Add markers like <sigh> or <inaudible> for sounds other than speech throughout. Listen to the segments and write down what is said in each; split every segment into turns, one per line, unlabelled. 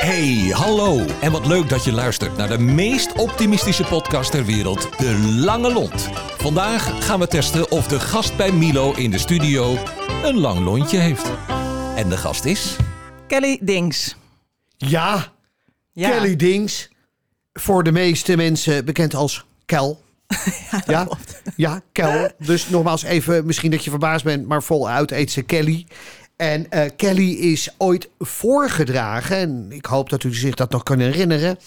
Hey, hallo. En wat leuk dat je luistert naar de meest optimistische podcast ter wereld, De Lange Lont. Vandaag gaan we testen of de gast bij Milo in de studio een lang lontje heeft. En de gast is...
Kelly Dings.
Ja,
Ja.
Kelly Dings. Voor de meeste mensen bekend als
<laughs>
Kel. ja, ja, Kel. Dus nogmaals even, misschien dat je verbaasd bent, maar voluit eet ze Kelly. En eh, Kelly is ooit voorgedragen, en ik hoop dat u zich dat nog kan herinneren,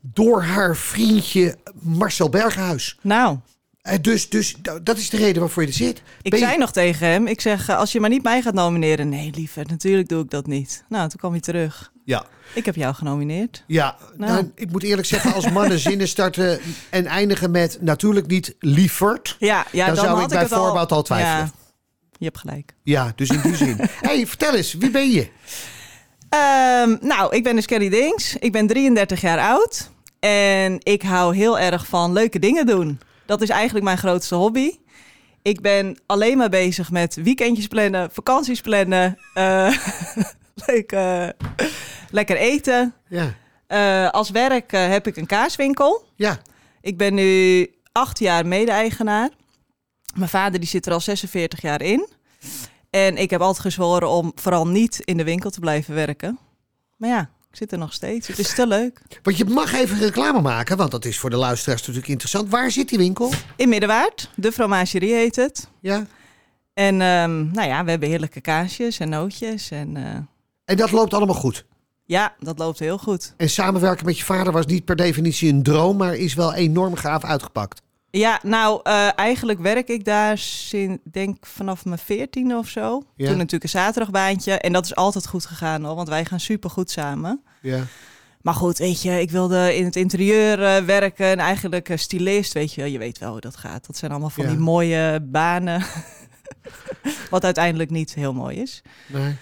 door haar vriendje Marcel Berghuis.
Nou,
Eh, dus, dus da- dat is de reden waarvoor je er zit.
ik
Ben je-
zei nog tegen hem, ik zeg, eh, als je maar niet mij gaat nomineren. Nee, liever, natuurlijk doe ik dat niet. Nou, toen kwam hij terug.
Ja,
Ik heb jou genomineerd.
Ja,
Nou.
nou, ik moet eerlijk zeggen, als mannen <laughs> zinnen starten en eindigen met natuurlijk niet lieverd.
Ja, ja
Dan zou ik
had
bij
het
voorbaat al twijfelen.
Ja, je hebt gelijk.
Ja, dus in die
<laughs>
zin. hey, vertel eens, wie ben je?
Ehm, nou, ik ben dus Kelly Dings. Ik ben 33 jaar oud. En ik hou heel erg van leuke dingen doen. Dat is eigenlijk mijn grootste hobby. Ik ben alleen maar bezig met weekendjes plannen, vakanties plannen. eh, <laughs> leuk, eh, lekker eten.
Ja,
Eh, als werk eh, heb ik een kaaswinkel.
ja,
Ik ben nu acht jaar mede-eigenaar. Mijn vader die zit er al 46 jaar in. En ik heb altijd gezworen om vooral niet in de winkel te blijven werken. Maar ja, ik zit er nog steeds. Het is te leuk.
want je mag even reclame maken, want dat is voor de luisteraars natuurlijk interessant. Waar zit die winkel?
In Middenwaard, de fromagerie heet het.
Ja.
En ehm, nou ja, we hebben heerlijke kaasjes en nootjes. En eh,
En dat loopt allemaal goed.
ja, dat loopt heel goed.
En samenwerken met je vader was niet per definitie een droom, maar is wel enorm gaaf uitgepakt.
Ja, nou, eh, eigenlijk werk ik daar sinds, denk vanaf mijn veertiende of zo.
Ja.
Toen natuurlijk een zaterdagbaantje. En dat is altijd goed gegaan al, want wij gaan supergoed samen.
Ja.
Maar goed, weet je, ik wilde in het interieur eh, werken. En eigenlijk eh, stylist, weet je wel. Je weet wel hoe dat gaat. Dat zijn allemaal van
Ja.
die mooie banen. <laughs> Wat uiteindelijk niet heel mooi is.
Nee.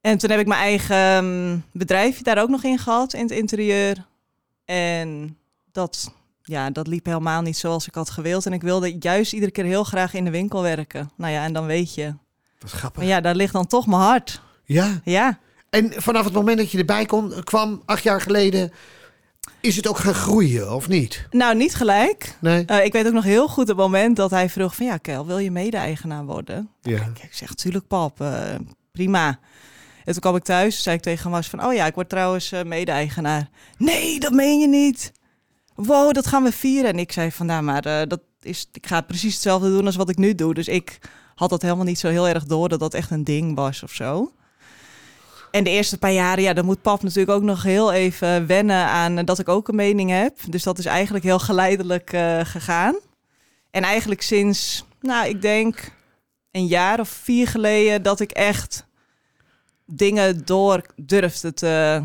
En toen heb ik mijn eigen ehm, bedrijfje daar ook nog in gehad, in het interieur. En dat, ja, dat liep helemaal niet zoals ik had gewild. En ik wilde juist iedere keer heel graag in de winkel werken. Nou ja, en dan weet je.
Dat is grappig.
Maar ja, daar ligt dan toch mijn hart.
Ja.
Ja,
En vanaf het moment dat je erbij kon, kwam, acht jaar geleden, is het ook gaan groeien, of niet?
nou niet gelijk.
Nee.
Eh, ik weet ook nog heel goed het moment dat hij vroeg van... ja, Kel, wil je mede-eigenaar worden?
Ja.
Ik zeg, tuurlijk pap, eh, prima. En toen kwam ik thuis, zei ik tegen Mars van... oh ja, ik word trouwens eh, mede-eigenaar. Nee, dat meen je niet. Wow, dat gaan we vieren. En ik zei van, nou maar, eh, dat is, ik ga precies hetzelfde doen als wat ik nu doe. Dus ik had dat helemaal niet zo heel erg door dat dat echt een ding was of zo. En de eerste paar jaren, ja, dan moet pap natuurlijk ook nog heel even wennen aan eh, dat ik ook een mening heb. Dus dat is eigenlijk heel geleidelijk eh, gegaan. En eigenlijk sinds, nou, ik denk een jaar of vier geleden dat ik echt dingen door durfde te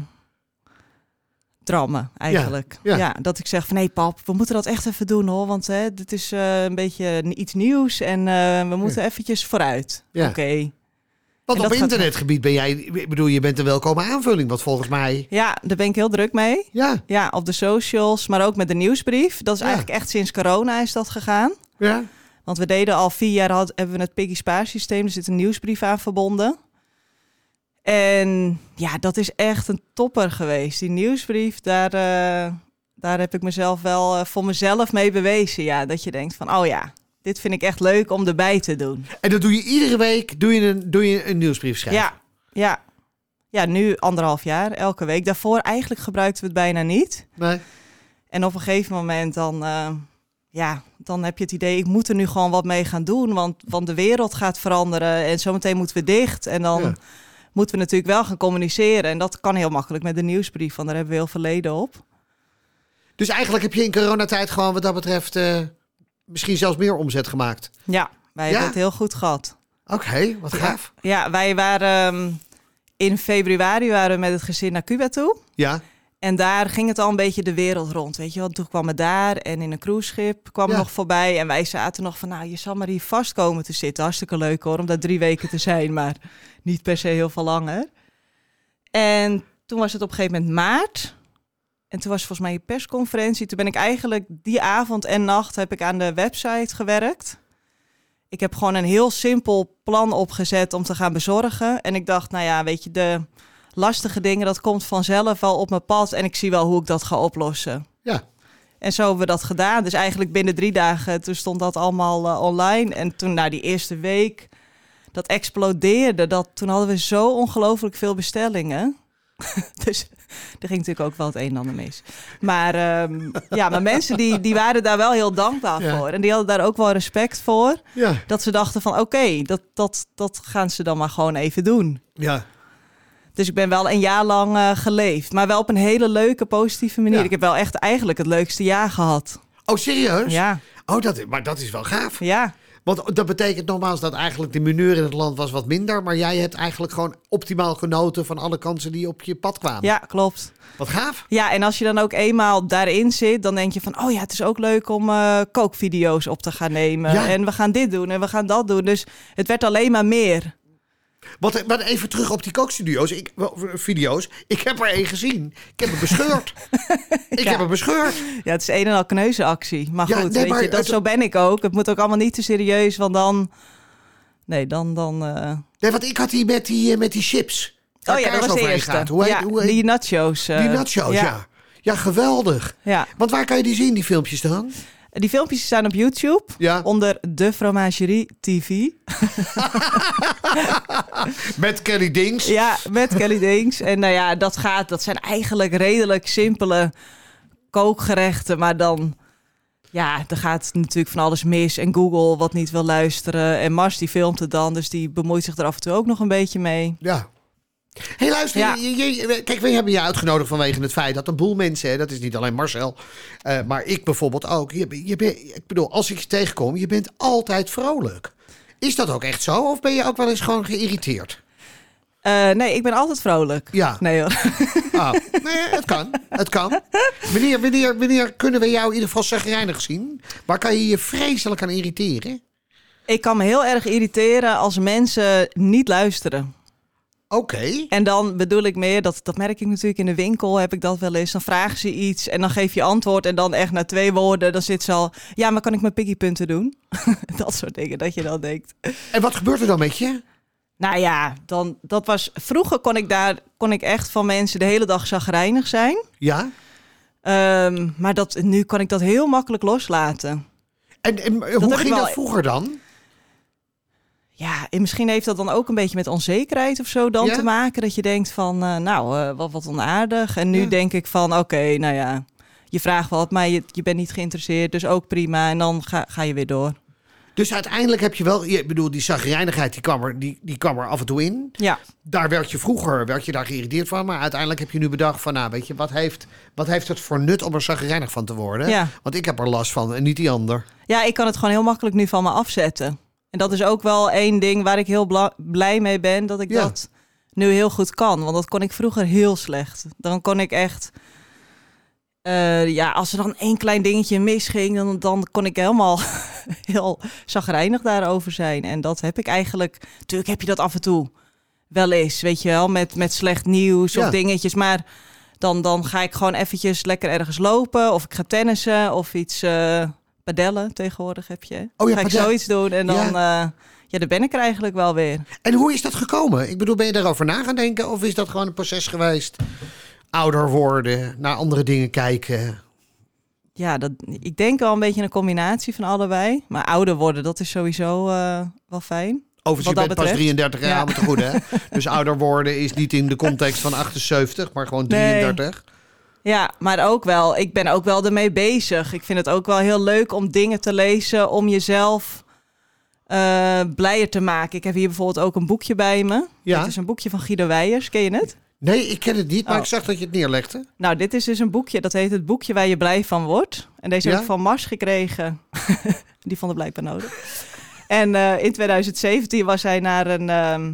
drammen eigenlijk.
Ja, ja.
dat ik zeg van, nee pap, we moeten dat echt even doen hoor. Want hè, dit is eh, een beetje iets nieuws en eh, we moeten eventjes vooruit.
Ja.
Oké.
Want
En
op
dat gaat-
internetgebied ben jij, ik bedoel, je bent een welkome aanvulling. Want volgens mij,
Ja, daar ben ik heel druk mee.
ja,
Ja, op de socials, maar ook met de nieuwsbrief. Dat is
Ja.
eigenlijk echt sinds corona is dat gegaan.
ja,
Want we deden al vier jaar had, hebben we het Piggy Spaarsysteem. Er zit een nieuwsbrief aan verbonden. En ja, dat is echt een topper geweest. Die nieuwsbrief, daar, eh, daar heb ik mezelf wel eh, voor mezelf mee bewezen. Ja, dat je denkt van, oh ja, dit vind ik echt leuk om erbij te doen.
En dat doe je iedere week, doe je een, doe je een nieuwsbrief schrijven.
Ja, ja. Ja, nu anderhalf jaar, elke week. Daarvoor eigenlijk gebruikten we het bijna niet.
Nee.
En op een gegeven moment dan, eh, ja, dan heb je het idee, ik moet er nu gewoon wat mee gaan doen. Want, want de wereld gaat veranderen en zometeen moeten we dicht. En dan
Ja.
moeten we natuurlijk wel gaan communiceren. En dat kan heel makkelijk met de nieuwsbrief, want daar hebben we heel veel leden op.
Dus eigenlijk heb je in coronatijd gewoon wat dat betreft eh, misschien zelfs meer omzet gemaakt.
Ja, wij
Ja.
hebben het heel goed gehad.
Oké, wat gaaf.
Ja, wij waren ehm, in februari waren we met het gezin naar Cuba toe.
Ja,
En daar ging het al een beetje de wereld rond, weet je wel. Toen kwam het daar en in een cruiseschip kwam
Ja.
nog voorbij. En wij zaten nog van, nou, je zal maar hier vast komen te zitten. Hartstikke leuk hoor, om daar drie weken te zijn, maar niet per se heel veel langer. En toen was het op een gegeven moment maart. En toen was volgens mij een persconferentie. Toen ben ik eigenlijk die avond en nacht heb ik aan de website gewerkt. Ik heb gewoon een heel simpel plan opgezet om te gaan bezorgen. En ik dacht, nou ja, weet je, de lastige dingen, dat komt vanzelf wel op mijn pad. En ik zie wel hoe ik dat ga oplossen.
Ja.
En zo hebben we dat gedaan. Dus eigenlijk binnen drie dagen, toen stond dat allemaal eh, online. En toen na die eerste week, dat explodeerde. Dat, toen hadden we zo ongelooflijk veel bestellingen. <laughs> dus er ging natuurlijk ook wel het een en ander mis. Maar, ehm, ja, maar mensen die, die waren daar wel heel dankbaar
Ja.
voor. En die hadden daar ook wel respect voor.
Ja.
Dat ze dachten van oké, dat, dat, dat gaan ze dan maar gewoon even doen.
Ja.
Dus ik ben wel een jaar lang eh, geleefd. Maar wel op een hele leuke, positieve manier.
Ja.
Ik heb wel echt eigenlijk het leukste jaar gehad.
Oh, serieus?
Ja,
Oh, dat, maar dat is wel gaaf.
ja.
Want dat betekent nogmaals dat eigenlijk de mineur in het land was wat minder. Maar jij hebt eigenlijk gewoon optimaal genoten van alle kansen die op je pad kwamen.
Ja, klopt.
Wat gaaf.
Ja, en als je dan ook eenmaal daarin zit, dan denk je van... oh ja, het is ook leuk om eh, kookvideo's op te gaan nemen.
Ja.
En we gaan dit doen en we gaan dat doen. Dus het werd alleen maar meer.
Wat, maar even terug op die kookstudio's. Ik, wel, video's. Ik heb er één gezien. Ik heb hem
<laughs>
bescheurd. Ik
Ja.
heb hem bescheurd.
Ja, het is een en al kneuzenactie. Maar
Ja,
goed,
nee,
weet
maar
je, dat,
het-
zo ben ik ook. Het moet ook allemaal niet te serieus, want dan... Nee, dan... dan eh,
Nee, want ik had die met die, eh, met die chips. Waar
Oh ja, dat
kaas
was de
overheen
eerste.
gaat. Hoe heet,
ja,
hoe heet-
die nachos. eh,
die nachos, ja. ja. geweldig.
ja.
Want waar kan je die zien, die filmpjes dan?
Die filmpjes staan op YouTube
Ja,
onder De Fromagerie TV.
met Kelly Dings.
Ja, met Kelly Dings. En nou ja, dat gaat. Dat zijn eigenlijk redelijk simpele kookgerechten. Maar dan. Ja, er gaat natuurlijk van alles mis. En Google wat niet wil luisteren. En Mars die filmt het dan. Dus die bemoeit zich er af en toe ook nog een beetje mee.
Ja. hey, luister,
Ja.
je- je- je- kijk, we hebben je uitgenodigd vanwege het feit dat een boel mensen, hè, dat is niet alleen Marcel, eh, maar ik bijvoorbeeld ook. Je, ben- je, ben- ik bedoel, als ik je tegenkom, je bent altijd vrolijk. Is dat ook echt zo? Of ben je ook wel eens gewoon geïrriteerd?
Eh, nee, ik ben altijd vrolijk.
Ja.
Nee hoor. <laughs>
Ah, nee, het kan. Het kan. Wanneer, wanneer, wanneer kunnen we jou in ieder geval zagrijnig zien? Waar kan je je vreselijk aan irriteren?
Ik kan me heel erg irriteren als mensen niet luisteren.
Oké.
En dan bedoel ik meer, dat, dat merk ik natuurlijk in de winkel, heb ik dat wel eens. Dan vragen ze iets en dan geef je antwoord. En dan echt na twee woorden, dan zit ze al... Ja, maar kan ik mijn piggypunten doen? <laughs> dat soort dingen, dat je dan denkt.
En wat gebeurt er dan met je?
Nou ja, dan, dat was... Vroeger kon ik, daar, kon ik echt van mensen de hele dag zagrijnig zijn.
Ja?
Ehm, maar dat, nu kan ik dat heel makkelijk loslaten.
En, en eh,
heb
hoe
ik
ging
wel-
dat vroeger dan?
Ja, en misschien heeft dat dan ook een beetje met onzekerheid of zo dan
Ja.
te maken. Dat je denkt van, eh, nou, eh, wat, wat onaardig. En nu
Ja.
denk ik van, oké, nou ja, je vraagt wat, maar je, je bent niet geïnteresseerd. Dus ook prima. En dan ga, ga je weer door.
Dus uiteindelijk heb je wel, ik bedoel, die zagrijnigheid die kwam, er, die, die kwam er af en toe in.
Ja,
Daar werd je vroeger werd je daar geïrriteerd van, maar uiteindelijk heb je nu bedacht van, nou weet je, wat heeft, wat heeft het voor nut om er zagrijnig van te worden?
Ja.
Want ik heb er last van en niet die ander.
ja ik kan het gewoon heel makkelijk nu van me afzetten. En dat is ook wel één ding waar ik heel bla- blij mee ben. Dat ik
Ja.
dat nu heel goed kan. Want dat kon ik vroeger heel slecht. Dan kon ik echt... eh, ja, als er dan één klein dingetje misging, dan, dan kon ik helemaal <laughs> heel zagrijnig daarover zijn. En dat heb ik eigenlijk... Tuurlijk heb je dat af en toe wel eens, weet je wel. Met, met slecht nieuws
Ja.
of dingetjes. Maar dan, dan ga ik gewoon eventjes lekker ergens lopen. Of ik ga tennissen of iets... eh padellen tegenwoordig heb je. hè?
Oh ja,
ga ik
padel.
zoiets doen en dan... eh, ja, daar ben ik er eigenlijk wel weer.
En hoe is dat gekomen? Ik bedoel, ben je daarover na gaan denken of is dat gewoon een proces geweest? Ouder worden, naar andere dingen kijken.
Ja, dat, ik denk wel een beetje een combinatie van allebei. Maar ouder worden, dat is sowieso eh, wel fijn.
Overigens,
Wat
je
dat
bent pas
betreft.
33 jaar,
Ja.
maar te goed
<laughs>
hè? Dus ouder worden is niet in de context van 78, maar gewoon
Nee.
33.
Ja, maar ook wel, ik ben ook wel ermee bezig. Ik vind het ook wel heel leuk om dingen te lezen om jezelf eh, blijer te maken. Ik heb hier bijvoorbeeld ook een boekje bij me.
Ja.
Dit is een boekje van Guido Weijers, ken je het?
Nee, ik ken het niet, maar
Oh.
ik zag dat je het neerlegde.
Nou, dit is dus een boekje, dat heet het boekje waar je blij van wordt. En deze
Ja?
heb ik van Mars gekregen. <laughs> Die vond het blijkbaar nodig. En eh, in 2017 was hij naar een, ehm,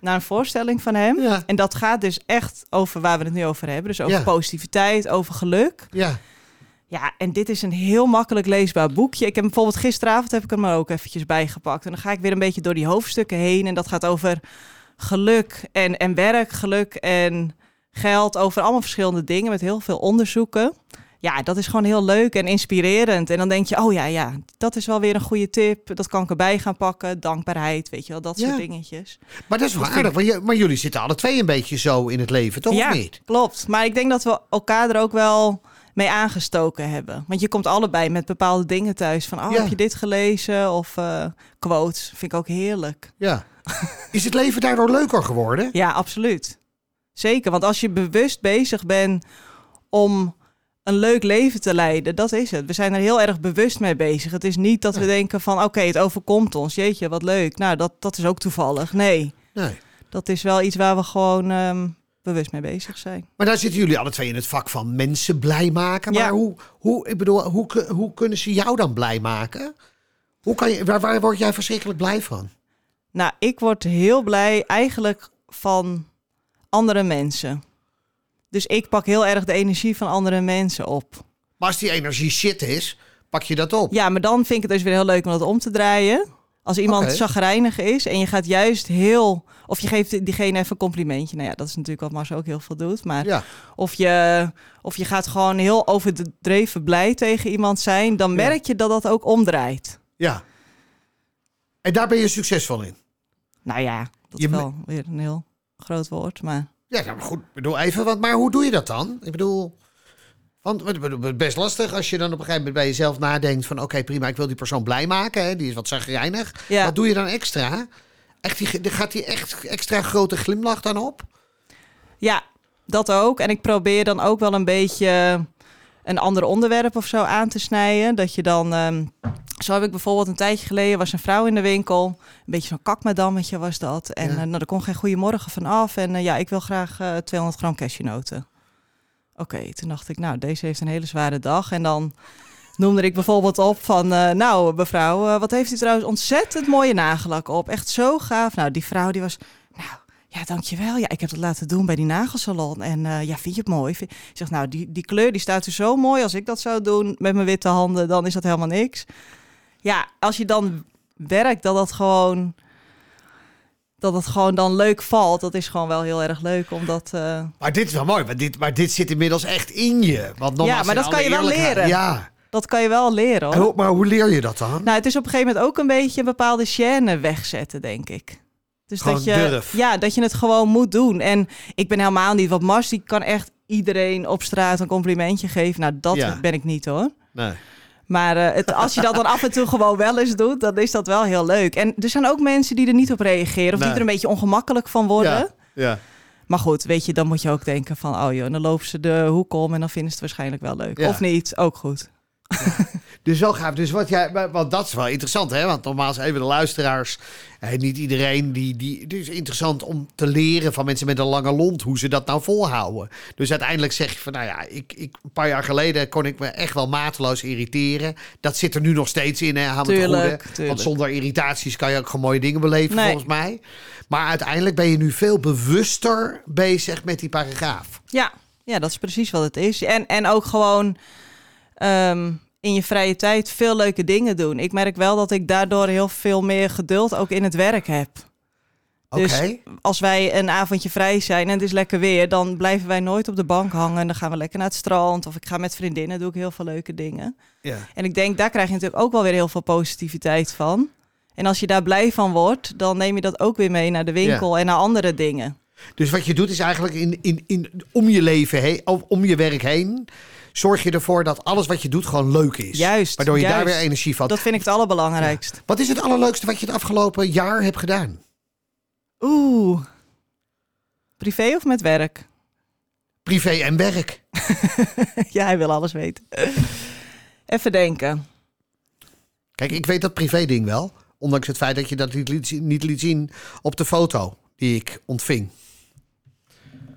naar een voorstelling van hem.
Ja.
En dat gaat dus echt over waar we het nu over hebben. Dus over
Ja.
positiviteit, over geluk.
Ja.
Ja, en dit is een heel makkelijk leesbaar boekje. Ik heb hem bijvoorbeeld gisteravond heb ik hem er ook eventjes bijgepakt. En dan ga ik weer een beetje door die hoofdstukken heen. En dat gaat over geluk en, en werk, geluk en geld. Over allemaal verschillende dingen met heel veel onderzoeken. ja, dat is gewoon heel leuk en inspirerend. En dan denk je, oh ja, ja, dat is wel weer een goede tip. Dat kan ik erbij gaan pakken. Dankbaarheid, weet je wel, dat
Ja.
soort dingetjes.
Maar dat is wel aardig, want je- maar jullie zitten alle twee een beetje zo in het leven, toch?
ja,
Of niet?
klopt. Maar ik denk dat we elkaar er ook wel mee aangestoken hebben. Want je komt allebei met bepaalde dingen thuis. Van, oh,
Ja.
heb je dit gelezen? Of eh, quotes, vind ik ook heerlijk.
Ja. Is het leven daardoor leuker geworden?
Ja, absoluut. Zeker, want als je bewust bezig bent om een leuk leven te leiden, dat is het. We zijn er heel erg bewust mee bezig. Het is niet dat we denken van, oké, het overkomt ons. Jeetje, wat leuk. Nou, dat, dat is ook toevallig. Nee,
Nee.
dat is wel iets waar we gewoon ehm, bewust mee bezig zijn.
Maar daar zitten jullie alle twee in het vak van mensen blij maken. Maar
Ja.
hoe, hoe, ik bedoel, hoe, ku- hoe kunnen ze jou dan blij maken? Hoe kan je, waar, waar word jij verschrikkelijk blij van?
Nou, ik word heel blij eigenlijk van andere mensen. Dus ik pak heel erg de energie van andere mensen op.
Maar als die energie shit is, pak je dat op.
Ja, maar dan vind ik het dus weer heel leuk om dat om te draaien. Als iemand
Oké.
zagrijnig is en je gaat juist heel... Of je geeft diegene even een complimentje. Nou ja, dat is natuurlijk wat Mars ook heel veel doet. Maar
Ja.
of, je, of je gaat gewoon heel overdreven blij tegen iemand zijn... dan merk je dat dat ook omdraait.
ja. En daar ben je succesvol in.
Nou ja, dat
Je
is
me-
wel weer een heel groot woord, maar...
Ja, nou, maar goed, ik bedoel even, want, maar hoe doe je dat dan? Ik bedoel, want ik bedoel, het is best lastig als je dan op een gegeven moment bij jezelf nadenkt van... oké, prima, ik wil die persoon blij maken, hè, die is wat zagrijnig.
Ja.
Wat doe je dan extra? Echt die, ge- gaat die echt extra grote glimlach dan op?
Ja, dat ook. En ik probeer dan ook wel een beetje een ander onderwerp of zo aan te snijden. Dat je dan. ehm, zo heb ik bijvoorbeeld een tijdje geleden was een vrouw in de winkel. Een beetje zo'n kakmadammetje was dat. En
Ja.
eh, nou, er kon geen goeiemorgen van af. En eh, ja, ik wil graag eh, 200 gram cashewnoten. Oké, toen dacht ik, nou, deze heeft een hele zware dag. En dan noemde ik bijvoorbeeld op van, eh, nou, mevrouw, eh, wat heeft u trouwens ontzettend mooie nagellak op. Echt zo gaaf. Nou, die vrouw die was, nou, ja, dankjewel. Ja, ik heb dat laten doen bij die nagelsalon. En eh, ja, vind je het mooi? Vind- Ik zeg, nou, die, die kleur die staat er zo mooi. Als ik dat zou doen met mijn witte handen, dan is dat helemaal niks. Ja, als je dan werkt, dat dat gewoon... Dat het gewoon dan leuk valt. Dat is gewoon wel heel erg leuk. Omdat. eh,
Maar dit is wel mooi, want dit, maar dit zit inmiddels echt in je. Want nogmaals,
Ja, maar
in
dat
alle
kan je wel
eerlijkheid-
leren.
Ja,
dat kan je wel leren hoor.
En hoe- maar hoe leer je dat dan?
Nou, het is op een gegeven moment ook een beetje een bepaalde chaîne wegzetten, denk ik. Dus
Gewoon
dat je,
durf.
Ja, dat je het gewoon moet doen. En ik ben helemaal niet, want Mars die kan echt iedereen op straat een complimentje geven. Nou, dat
Ja.
ben ik niet hoor.
nee.
Maar eh, het, als je dat dan af en toe gewoon wel eens doet, dan is dat wel heel leuk. En er zijn ook mensen die er niet op reageren of
Nee.
die er een beetje ongemakkelijk van worden.
ja.
Maar goed, weet je, dan moet je ook denken van, oh joh, dan lopen ze de hoek om en dan vinden ze het waarschijnlijk wel leuk.
Ja.
Of niet, ook goed.
Dus zo gaaf. Dus wat jij, maar- want dat is wel interessant, hè? Want nogmaals, even de luisteraars. Eh, niet iedereen die, die. Het is interessant om te leren van mensen met een lange lont hoe ze dat nou volhouden. Dus uiteindelijk zeg je van, nou ja, ik, ik, een paar jaar geleden kon ik me echt wel mateloos irriteren. Dat zit er nu nog steeds in, hè? Aan
Tuurlijk,
het goede. Want
tuurlijk.
zonder irritaties kan je ook gewoon mooie dingen beleven,
Nee.
volgens mij. Maar uiteindelijk ben je nu veel bewuster bezig met die paragraaf.
Ja, ja, dat is precies wat het is. En, en ook gewoon ehm, in je vrije tijd veel leuke dingen doen. Ik merk wel dat ik daardoor heel veel meer geduld ook in het werk heb.
Oké.
Dus- Als wij een avondje vrij zijn en het is lekker weer, dan blijven wij nooit op de bank hangen. Dan gaan we lekker naar het strand of ik ga met vriendinnen, doe ik heel veel leuke dingen.
ja.
En ik denk, daar krijg je natuurlijk ook wel weer heel veel positiviteit van. En als je daar blij van wordt, dan neem je dat ook weer mee naar de winkel en naar andere dingen.
Dus wat je doet is eigenlijk in, in, in, om je leven heen, om- om je werk heen, zorg je ervoor dat alles wat je doet gewoon leuk is.
Juist,
Waardoor je daar
juist.
weer energie van.
Dat vind ik het allerbelangrijkst.
Wat is het allerleukste wat je het afgelopen jaar hebt gedaan?
Oeh. Privé of met werk?
Privé en werk.
<laughs> ja, hij wil alles weten. <laughs> Even denken.
Kijk, ik weet dat privé ding wel. Ondanks het feit dat je dat niet liet, zien- niet liet zien op de foto die ik ontving.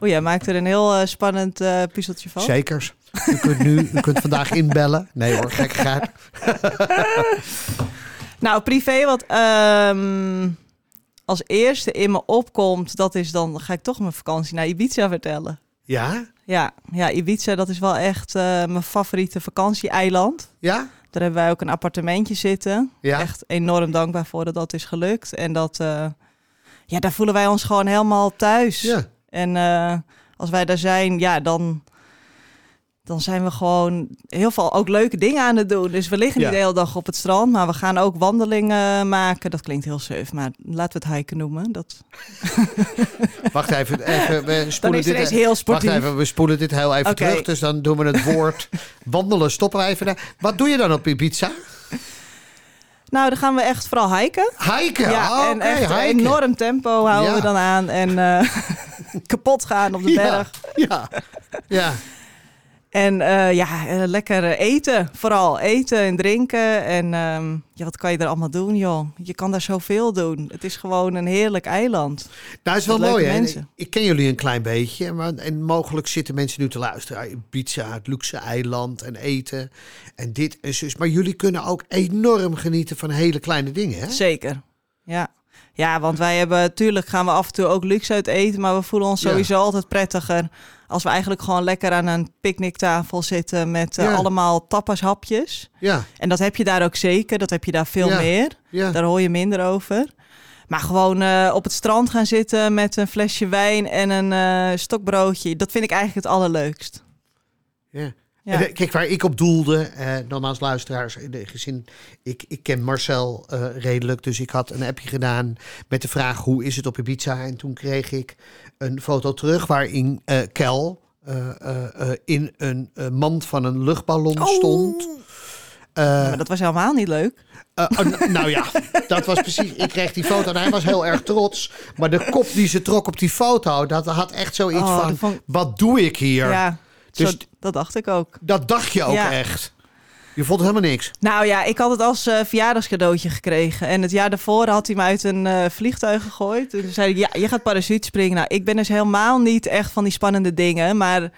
Oeh, jij maakt er een heel eh, spannend eh, puzzeltje van.
Zekers. U kunt nu, u kunt vandaag inbellen. Nee hoor, gek gaat.
Nou, privé, wat ehm, als eerste in me opkomt, dat is dan ga ik toch mijn vakantie naar Ibiza vertellen.
Ja?
Ja, ja Ibiza, dat is wel echt eh, mijn favoriete vakantieeiland.
Ja?
Daar hebben wij ook een appartementje zitten.
Ja?
echt enorm dankbaar voor dat dat is gelukt. En dat, eh, ja, daar voelen wij ons gewoon helemaal thuis.
Ja.
En eh, als wij daar zijn, ja, dan, dan zijn we gewoon heel veel ook leuke dingen aan het doen. Dus we liggen
Ja.
niet de hele dag op het strand, maar we gaan ook wandelingen maken. Dat klinkt heel suf, maar laten we het hiken noemen. Dat,
Wacht even, even we
dan
spoelen
is er
dit
eens heel
Wacht
sportief.
even, we spoelen dit heel even
Oké.
terug. Dus dan doen we het
<laughs>
woord wandelen, stoppen we even. daar. Wat doe je dan op Ibiza?
Nou, dan gaan we echt vooral hiken.
Hiken!
Ja,
Oh,
en
oké,
echt een
hiken.
enorm tempo houden
Ja.
we dan aan. En eh, <laughs> kapot gaan op de
Ja,
berg.
ja, ja.
En eh, ja, eh, lekker eh, eten. Vooral eten en drinken. En ehm, ja, wat kan je er allemaal doen, joh? Je kan daar zoveel doen. Het is gewoon een heerlijk eiland.
Nou, is wel
Leuke
mooi, hè?
mensen.
Ik ken jullie een klein beetje. Maar, en mogelijk zitten mensen nu te luisteren. Ja, Pizza, het luxe eiland en eten. En dit en zus. Maar jullie kunnen ook enorm genieten van hele kleine dingen, hè?
Zeker. Ja. Ja, want wij hebben, tuurlijk gaan we af en toe ook luxe uit eten, maar we voelen ons
Ja.
sowieso altijd prettiger als we eigenlijk gewoon lekker aan een picknicktafel zitten met eh,
Ja.
allemaal tapashapjes.
Ja,
En dat heb je daar ook zeker, dat heb je daar veel
Ja.
meer.
ja.
Daar hoor je minder over. Maar gewoon eh, op het strand gaan zitten met een flesje wijn en een eh, stokbroodje. Dat vind ik eigenlijk het allerleukst.
ja.
Ja.
En, eh, kijk, waar ik op doelde, eh nogmaals luisteraars, in de gezin, ik, ik ken Marcel eh, redelijk, dus ik had een appje gedaan met de vraag hoe is het op Ibiza? En toen kreeg ik een foto terug waarin eh Kel eh, eh, eh, in een eh, mand van een luchtballon
Oh.
stond. Eh,
Maar dat was helemaal niet leuk.
eh, oh, n- nou ja, dat was precies. Ik kreeg die foto en hij was heel erg trots. Maar de kop die ze trok op die foto, dat had echt zoiets
Oh,
van:
dat vond ik-
wat doe ik hier?
ja,
Dus-
zo- dat dacht ik ook.
Dat dacht je ook
Ja.
echt. Je vond het helemaal niks.
Nou ja, ik had het als eh, verjaardagscadeautje gekregen. En het jaar daarvoor had hij me uit een eh, vliegtuig gegooid. Toen zei hij, ja, je gaat parachute springen. Nou, ik ben dus helemaal niet echt van die spannende dingen. Maar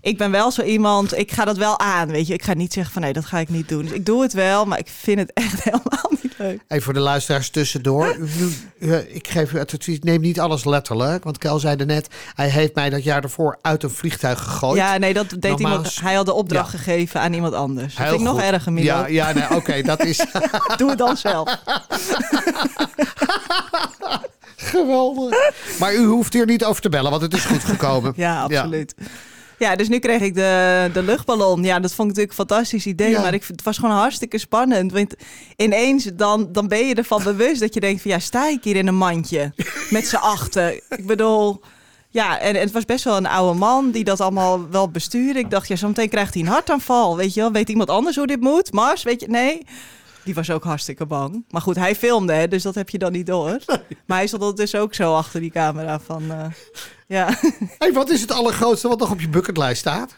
ik ben wel zo iemand, ik ga dat wel aan, weet je. Ik ga niet zeggen van, nee, dat ga ik niet doen. Dus ik doe het wel, maar ik vind het <laughs> echt helemaal niet leuk.
Even voor de luisteraars tussendoor. U- eh, Ik geef u het advies, neem niet alles letterlijk. Want Kel zei er net, hij heeft mij dat jaar ervoor uit een vliegtuig gegooid.
Ja, nee, dat deed
Normaal
iemand.
is-
Hij had de opdracht
Ja.
gegeven aan iemand anders. dat
Heel
vind ik nog
goed.
erger, Milo.
Ja, ja nee, oké,
<laughs>
dat is <laughs>
Doe het dan zelf.
geweldig. Maar u hoeft hier niet over te bellen, want het is goed gekomen.
Ja, absoluut. Ja. dus nu kreeg ik de, de luchtballon. Ja, dat vond ik natuurlijk een fantastisch idee.
Ja.
Maar ik, vind- het was gewoon hartstikke spannend. Want ineens dan, dan ben je ervan bewust dat je denkt van... ja, sta ik hier in een mandje met z'n achten? Ik bedoel... Ja, en, en het was best wel een oude man die dat allemaal wel bestuurde. Ik dacht, ja, zometeen krijgt hij een hartaanval. Weet je wel, weet iemand anders hoe dit moet? Mars, weet je, nee. Die was ook hartstikke bang. Maar goed, hij filmde, hè, dus dat heb je dan niet door. Maar hij stond dus ook zo achter die camera van... eh, ja.
Hey, wat is het allergrootste wat nog op je bucketlijst staat?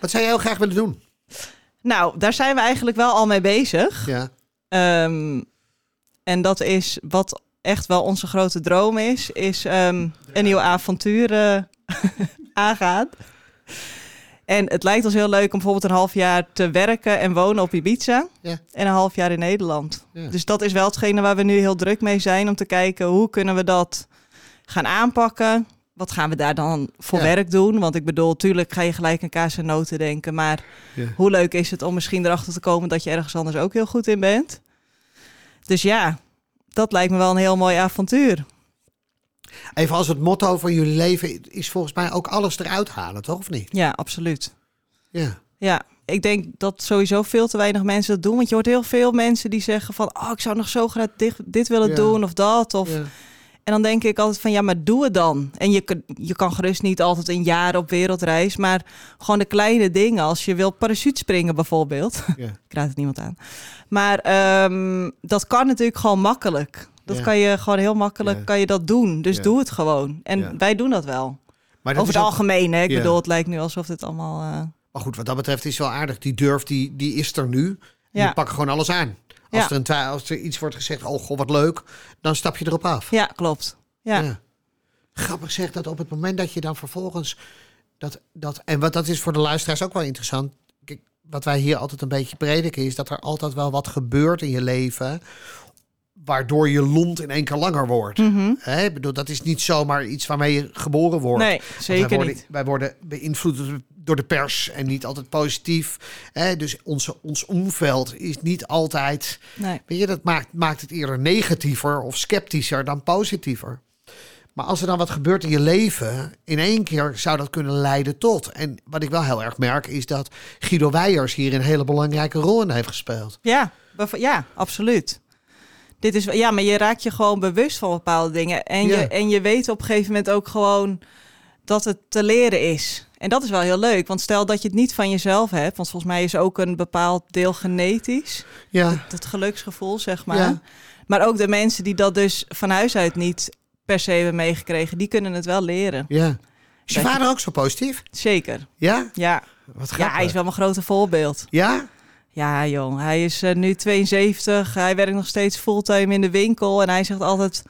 Wat zou je heel graag willen doen?
Nou, daar zijn we eigenlijk wel al mee bezig.
Ja.
Ehm, en dat is wat echt wel onze grote droom is, is ehm, een nieuw avontuur eh, <laughs> aangaan. En het lijkt ons heel leuk om bijvoorbeeld een half jaar te werken en wonen op Ibiza.
Ja.
En een half jaar in Nederland.
Ja.
Dus dat is wel hetgene waar we nu heel druk mee zijn. Om te kijken hoe kunnen we dat gaan aanpakken. Wat gaan we daar dan voor
Ja.
werk doen? Want ik bedoel, tuurlijk ga je gelijk aan kaas en noten denken. Maar
Ja.
hoe leuk is het om misschien erachter te komen dat je ergens anders ook heel goed in bent? Dus ja, dat lijkt me wel een heel mooi avontuur.
Even als het motto van jullie leven is volgens mij ook alles eruit halen, toch of niet?
Ja, absoluut.
Ja.
Ja, ik denk dat sowieso veel te weinig mensen dat doen. Want je hoort heel veel mensen die zeggen van... oh, ik zou nog zo graag dit, dit willen
Ja.
doen of dat. Of...
ja.
En dan denk ik altijd van, ja, maar doe het dan. En je, kan- je kan gerust niet altijd een jaar op wereldreis... maar gewoon de kleine dingen. Als je wil parachutespringen bijvoorbeeld. <laughs>
ja.
ik raad het niemand aan. Maar ehm, dat kan natuurlijk gewoon makkelijk. Dat
Ja.
kan je gewoon heel makkelijk
Ja.
kan je dat doen. Dus
Ja.
doe het gewoon. En
Ja.
wij doen dat wel.
Maar dat
Over
is
het
ook-
algemeen, hè. Ik
Ja.
bedoel, het lijkt nu alsof dit allemaal... eh,
Maar goed, wat dat betreft is het wel aardig. Die durf, die, die is er nu.
Ja.
Je pakt gewoon alles aan. Als,
Ja.
er een twa- als er iets wordt gezegd, oh god, wat leuk, dan stap je erop af.
ja, klopt. Ja.
Grappig zeg dat op het moment dat je dan vervolgens... Dat, dat, en wat, dat is voor de luisteraars ook wel interessant. Kijk, wat wij hier altijd een beetje prediken is dat er altijd wel wat gebeurt in je leven... waardoor je lont in één keer langer wordt.
Mhm.
Hè, ik bedoel, dat is niet zomaar iets waarmee je geboren wordt.
Nee,
Want
zeker
wij worden,
niet.
Wij worden beïnvloed door de- door de pers en niet altijd positief. Hè? Dus onze, ons omveld is niet altijd.
Nee.
Weet je, dat maakt, maakt het eerder negatiever of sceptischer dan positiever. Maar als er dan wat gebeurt in je leven, in één keer zou dat kunnen leiden tot. En wat ik wel heel erg merk, is dat Guido Weijers hier een hele belangrijke rol in heeft gespeeld.
Ja, bev- ja absoluut. Dit is, ja, maar je raakt je gewoon bewust van bepaalde dingen. En,
Ja.
je, en je weet op een gegeven moment ook gewoon dat het te leren is. En dat is wel heel leuk. Want stel dat je het niet van jezelf hebt. Want volgens mij is ook een bepaald deel genetisch.
Ja,
Het geluksgevoel, zeg maar.
Ja.
Maar ook de mensen die dat dus van huis uit niet per se hebben meegekregen. Die kunnen het wel leren.
ja. Is je
Dat je-
vader ook zo positief?
Zeker.
Ja?
Ja,
Wat
ja
grappig.
hij is wel mijn grote voorbeeld.
Ja?
Ja, jong. Hij is eh, nu 72. Hij werkt nog steeds fulltime in de winkel. En hij zegt altijd: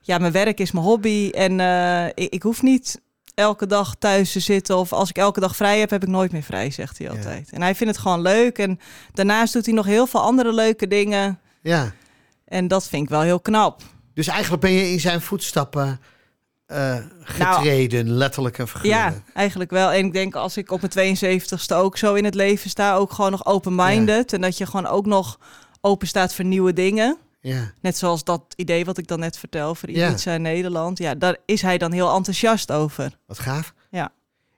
Ja, mijn werk is mijn hobby. En eh, ik, ik hoef niet elke dag thuis te zitten. Of als ik elke dag vrij heb, heb ik nooit meer vrij, zegt hij
Ja.
altijd. En hij vindt het gewoon leuk. En daarnaast doet hij nog heel veel andere leuke dingen.
Ja.
En dat vind ik wel heel knap.
Dus eigenlijk ben je in zijn voetstappen eh, getreden, letterlijk en figuurlijk.
Ja, eigenlijk wel. En ik denk als ik op mijn 72ste ook zo in het leven sta, ook gewoon nog open-minded. En dat je gewoon ook nog open staat voor nieuwe dingen.
Ja.
Net zoals dat idee wat ik dan net vertel voor
Ja.
Ibiza in Nederland. Ja, daar is hij dan heel enthousiast over.
Wat gaaf.
Ja.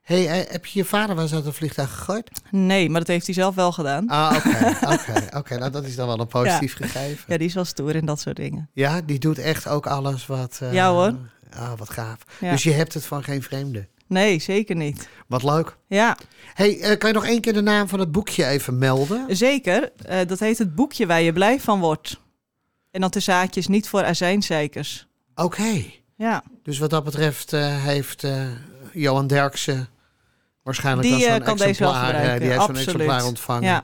Hey, eh, heb je je vader wel eens uit een vliegtuig gegooid?
Nee, maar dat heeft hij zelf wel gedaan.
Ah, oké. oké, <laughs> oké. Nou, dat is dan wel een positief gegeven.
Ja, die is wel stoer en dat soort dingen.
Ja, die doet echt ook alles wat... eh,
Ja, hoor.
Ah, wat gaaf.
Ja.
Dus je hebt het van geen vreemde.
Nee, zeker niet.
Wat leuk.
Ja,
Hey, eh, kan je nog één keer de naam van het boekje even melden?
zeker. Eh, dat heet het boekje waar je blij van wordt. En dan tussen haakjes niet voor azijnzeikers.
Oké.
Ja,
Dus wat dat betreft eh, heeft eh, Johan Derksen waarschijnlijk
die
wel zo'n
eh, kan deze wel
exemplaar, eh,
gebruiken.
die heeft zo'n
Absoluut.
exemplaar ontvangen.
Ja.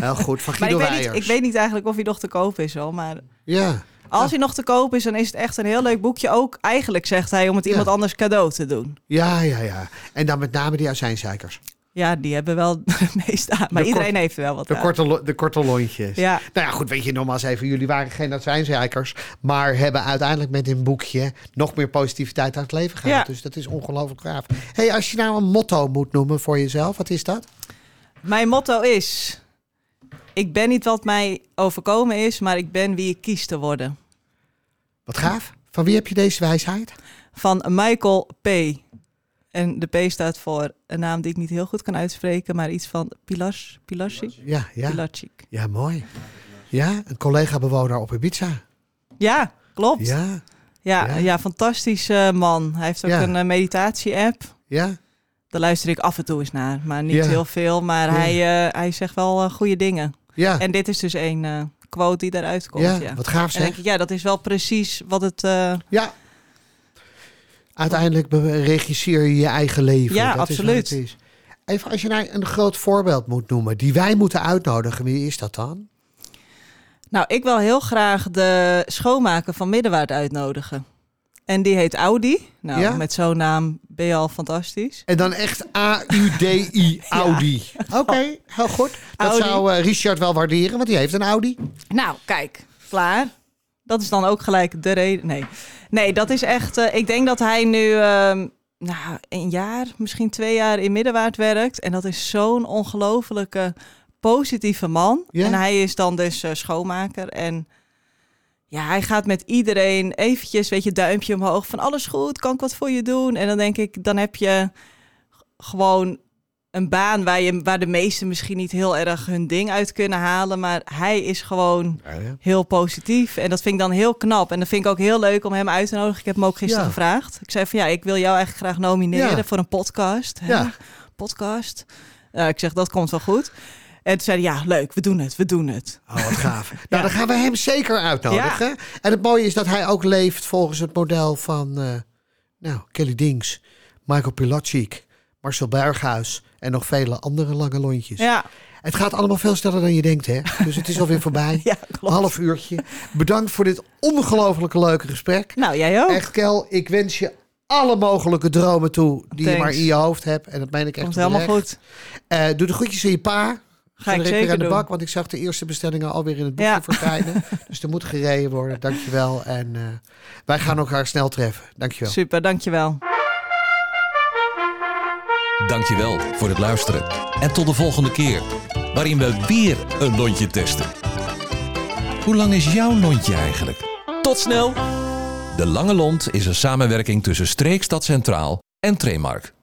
Heel goed, van
<laughs> Maar
Guido
ik weet, niet,
Weijers.
ik weet niet eigenlijk of hij nog te koop is al. Maar
Ja,
als hij nog te koop is, dan is het echt een heel leuk boekje. Ook eigenlijk zegt hij om het iemand
Ja.
anders cadeau te doen.
ja, ja, ja. En dan met name die azijnzeikers.
Ja, die hebben wel <laughs> het meest aan. Maar
De
iedereen
kort-
heeft er wel wat
De
aan.
korte, lo- de korte lontjes.
Ja,
Nou ja, goed, weet je, nogmaals even, jullie waren geen azijnzeikers, maar hebben uiteindelijk met hun boekje nog meer positiviteit uit het leven gehaald.
Ja.
Dus dat is ongelooflijk gaaf. hey, als je nou een motto moet noemen voor jezelf, wat is dat?
mijn motto is... Ik ben niet wat mij overkomen is, maar ik ben wie ik kies te worden.
Wat gaaf. Van wie heb je deze wijsheid?
Van Michael P. En de P staat voor een naam die ik niet heel goed kan uitspreken, maar iets van Pilas, Pilaschi?
Ja, ja.
Pilacic.
Ja, mooi. Ja, een collega-bewoner op Ibiza.
Ja, klopt. Ja,
Ja,
ja,
Ja.
fantastisch eh, man. Hij heeft ook
Ja.
een eh, meditatie-app.
ja.
Daar luister ik af en toe eens naar, maar niet
Ja.
heel veel. Maar
Ja.
hij, eh, hij zegt wel eh, goede dingen.
Ja,
En dit is dus één eh, quote die daaruit komt. Ja,
ja. wat gaaf
En dan denk
zeg.
ik, ja, dat is wel precies wat het. eh,
Ja. Uiteindelijk be- regisseer je je eigen leven.
Ja,
dat
absoluut.
Is wat het is. Even als je nou een groot voorbeeld moet noemen, die wij moeten uitnodigen, wie is dat dan?
Nou, ik wil heel graag de schoonmaker van Middenwaard uitnodigen. En die heet Audi. Nou,
Ja?
met zo'n naam ben je al fantastisch.
En dan echt <laughs> A-U-D-I, Audi. Oké, heel goed. Dat
Audi.
zou eh, Richard wel waarderen, want die heeft een Audi.
Nou, kijk, klaar. Dat is dan ook gelijk de reden. Nee, nee dat is echt. eh, ik denk dat hij nu. ehm, nou, een jaar, misschien twee jaar in Middenwaard werkt. En dat is zo'n ongelofelijke positieve man.
Ja.
En hij is dan dus eh, schoonmaker. En ja, hij gaat met iedereen eventjes, weet je, duimpje omhoog. Van alles goed, kan ik wat voor je doen? En dan denk ik, dan heb je g- gewoon een baan waar, je, waar de meesten misschien niet heel erg hun ding uit kunnen halen. Maar hij is gewoon heel positief. En dat vind ik dan heel knap. En dat vind ik ook heel leuk om hem uit te nodigen. Ik heb hem ook gisteren
Ja.
gevraagd. Ik zei van ja, ik wil jou eigenlijk graag nomineren
Ja.
voor een podcast. Hè?
Ja.
Podcast. Nou, ik zeg, dat komt wel goed. En toen zei hij, ja, leuk, we doen het, we doen het.
Oh, wat
<laughs>
gaaf. Nou, dan gaan we hem zeker uitnodigen. En het mooie is dat hij ook leeft volgens het model van eh, nou, Kelly Dings, Michael Pilacic, Marcel Berghuis en nog vele andere lange lontjes.
Ja, <laughs>
Het gaat allemaal veel sneller dan je denkt, hè? Dus het is alweer voorbij.
ja
Een
klopt.
half uurtje. Bedankt voor dit ongelooflijk leuke gesprek.
Nou, jij ook.
Echt, Kel, ik wens je alle mogelijke dromen toe die je
Thanks.
maar in je hoofd hebt. En dat meen ik echt
Komt helemaal
oprecht.
goed.
Eh, doe de groetjes aan je pa.
Ga ik
Frederik weer
zeker
aan de
doen.
bak, want ik zag de eerste bestellingen alweer in het boekje
Ja. <laughs>
verschijnen. Dus er moet gereden worden. Dankjewel. En eh, wij gaan elkaar snel treffen. Dankjewel.
Super, dankjewel.
Dankjewel voor het luisteren. En tot de volgende keer, waarin we weer een lontje testen. Hoe lang is jouw lontje eigenlijk? Tot snel! De Lange Lont is een samenwerking tussen Streekstad Centraal en Tremark.